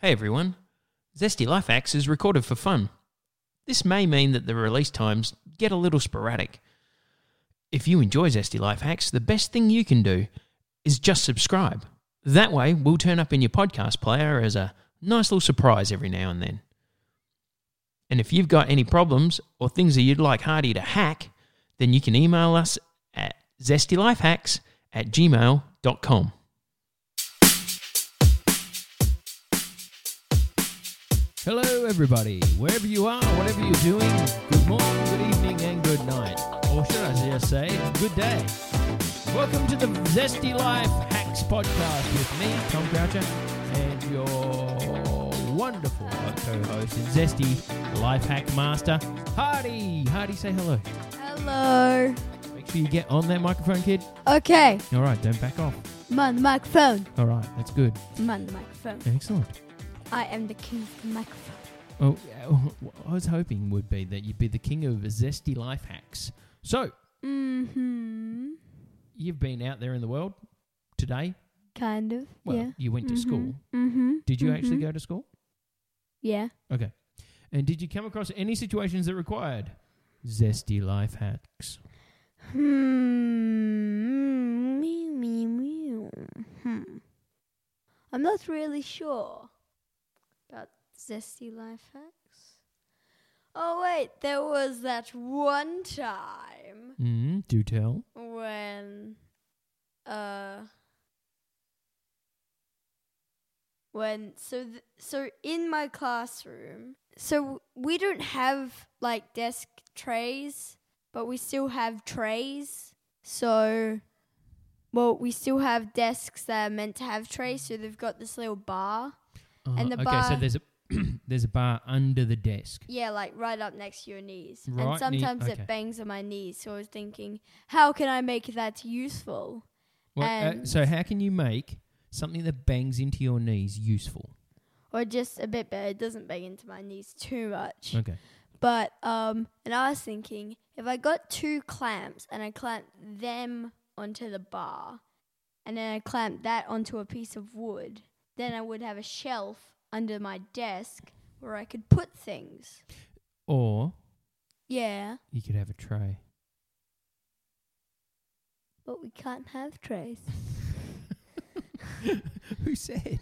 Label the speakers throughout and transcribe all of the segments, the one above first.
Speaker 1: Hey everyone, Zesty Life Hacks is recorded for fun. This may mean that the release times get a little sporadic. If you enjoy Zesty Life Hacks, the best thing you can do is just subscribe. That way, we'll turn up in your podcast player as a nice little surprise every now and then. And if you've got any problems or things that you'd like Hardy to hack, then you can email us at zestylifehacks at gmail.com. Hello, everybody. Wherever you are, whatever you're doing, good morning, good evening, and good night. Or should I just say, good day. Welcome to the Zesty Life Hacks Podcast with me, Tom Croucher, and your wonderful co host and Zesty Life Hack Master, Hardy. Hardy, say hello.
Speaker 2: Hello.
Speaker 1: Make sure you get on that microphone, kid.
Speaker 2: Okay.
Speaker 1: All right, don't back off.
Speaker 2: Man the microphone.
Speaker 1: All right, that's good.
Speaker 2: Man the microphone.
Speaker 1: Excellent.
Speaker 2: I am the king of the microphone.
Speaker 1: Well, uh, what I was hoping would be that you'd be the king of zesty life hacks. So,
Speaker 2: Mm-hmm.
Speaker 1: you've been out there in the world today.
Speaker 2: Kind of.
Speaker 1: Well,
Speaker 2: yeah.
Speaker 1: you went to
Speaker 2: Mhm.
Speaker 1: school.
Speaker 2: Mm-hmm.
Speaker 1: Did you actually go to school?
Speaker 2: Yeah.
Speaker 1: Okay. And did you come across any situations that required zesty life hacks?
Speaker 2: Hmm. Meow, meow, meow. Hmm. I'm not really sure about zesty life hacks. Oh wait, there was that one time.
Speaker 1: Mm, do tell.
Speaker 2: when uh when so th- so in my classroom so we don't have like desk trays but we still have trays so well we still have desks that are meant to have trays so they've got this little bar
Speaker 1: Uh,
Speaker 2: And the
Speaker 1: okay, so
Speaker 2: bar-
Speaker 1: there's a there's a bar under the desk.
Speaker 2: yeah like right up next to your knees
Speaker 1: Right knee-
Speaker 2: and sometimes
Speaker 1: okay.
Speaker 2: it bangs on my knees so i was thinking how can i make that useful
Speaker 1: Well, uh,
Speaker 2: And-
Speaker 1: so how can you make something that bangs into your knees useful?
Speaker 2: or just a bit better. It doesn't bang into my knees too much.
Speaker 1: Okay.
Speaker 2: But um, and I was thinking if I got two clamps and I clamped them onto the bar, and then I clamped that onto a piece of wood, then I would have a shelf under my desk where I could put things.
Speaker 1: Or
Speaker 2: Yeah,
Speaker 1: you could have a tray.
Speaker 2: but we can't have trays.
Speaker 1: Who said?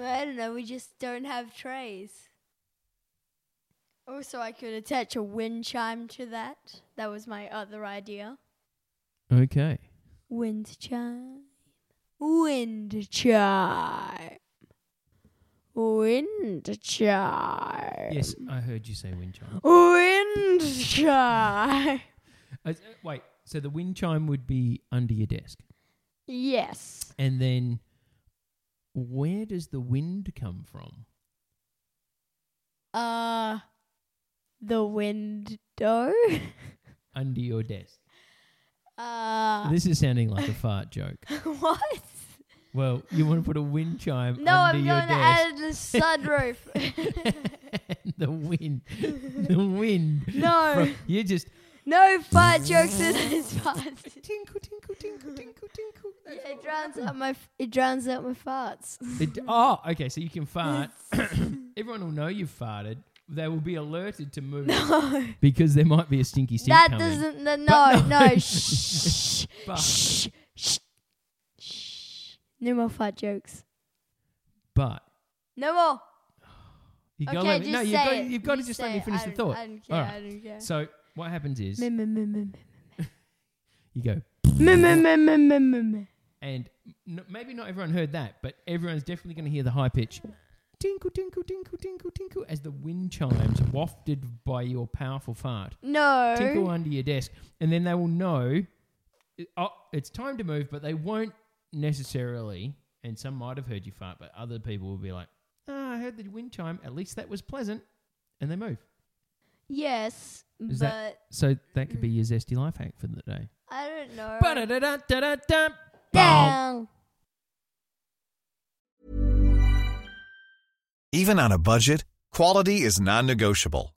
Speaker 2: I don't know. We just don't have trays. Also, I could attach a wind chime to that. That was my other idea.
Speaker 1: Okay.
Speaker 2: Wind chime. Wind chime. Wind chime.
Speaker 1: Yes, I heard you say wind chime.
Speaker 2: Wind chime.
Speaker 1: Uh, s- uh, wait, so the wind chime would be under your desk.
Speaker 2: yes.
Speaker 1: And then where does the wind come from?
Speaker 2: Uh, the window.
Speaker 1: Under your desk.
Speaker 2: Uh,
Speaker 1: This is sounding like a fart joke.
Speaker 2: what?
Speaker 1: Well, you want to put a wind chime
Speaker 2: No,
Speaker 1: under
Speaker 2: I'm
Speaker 1: your
Speaker 2: going to
Speaker 1: desk.
Speaker 2: add the sunroof.
Speaker 1: the wind. The wind.
Speaker 2: no,
Speaker 1: From- you just
Speaker 2: no fart jokes in this part.
Speaker 1: tinkle, tinkle, tinkle, tinkle, tinkle.
Speaker 2: Yeah, it drowns out my f- it drowns out my farts.
Speaker 1: It, oh, okay. So you can fart. Everyone will know you've farted they will be alerted to move
Speaker 2: No,
Speaker 1: because there might be a stinky stink
Speaker 2: that
Speaker 1: coming.
Speaker 2: doesn't. No, no,
Speaker 1: But no.
Speaker 2: no. shh,
Speaker 1: But-
Speaker 2: shh, shh, shh. No more fart jokes.
Speaker 1: But
Speaker 2: No more.
Speaker 1: you gotta
Speaker 2: Okay,
Speaker 1: let me-
Speaker 2: just
Speaker 1: no, you've
Speaker 2: say
Speaker 1: got,
Speaker 2: it.
Speaker 1: you've got to
Speaker 2: Just
Speaker 1: just
Speaker 2: say
Speaker 1: let me
Speaker 2: it.
Speaker 1: finish
Speaker 2: I
Speaker 1: the
Speaker 2: don't-
Speaker 1: thought.
Speaker 2: I don't care,
Speaker 1: All
Speaker 2: I don't care.
Speaker 1: So what happens is
Speaker 2: Me, me, me, me, me.
Speaker 1: you go,
Speaker 2: Me, me, me, me, me, me, me.
Speaker 1: and n- maybe not everyone heard that, but everyone's definitely going to hear the high pitch. Tinkle, tinkle, tinkle, tinkle, tinkle, as the wind chimes wafted by your powerful fart.
Speaker 2: No.
Speaker 1: tinkle under your desk, and then they will know oh, it's time to move, but they won't necessarily. And some might have heard you fart, but other people will be like, oh, I heard the wind chime. At least that was pleasant. And they move.
Speaker 2: Yes,
Speaker 1: Is
Speaker 2: but
Speaker 1: that- So that could be your zesty life hack for the day.
Speaker 2: I don't know.
Speaker 1: Ba-da-da-da-da-da. Bow.
Speaker 2: Down.
Speaker 3: Even on a budget, quality is non-negotiable.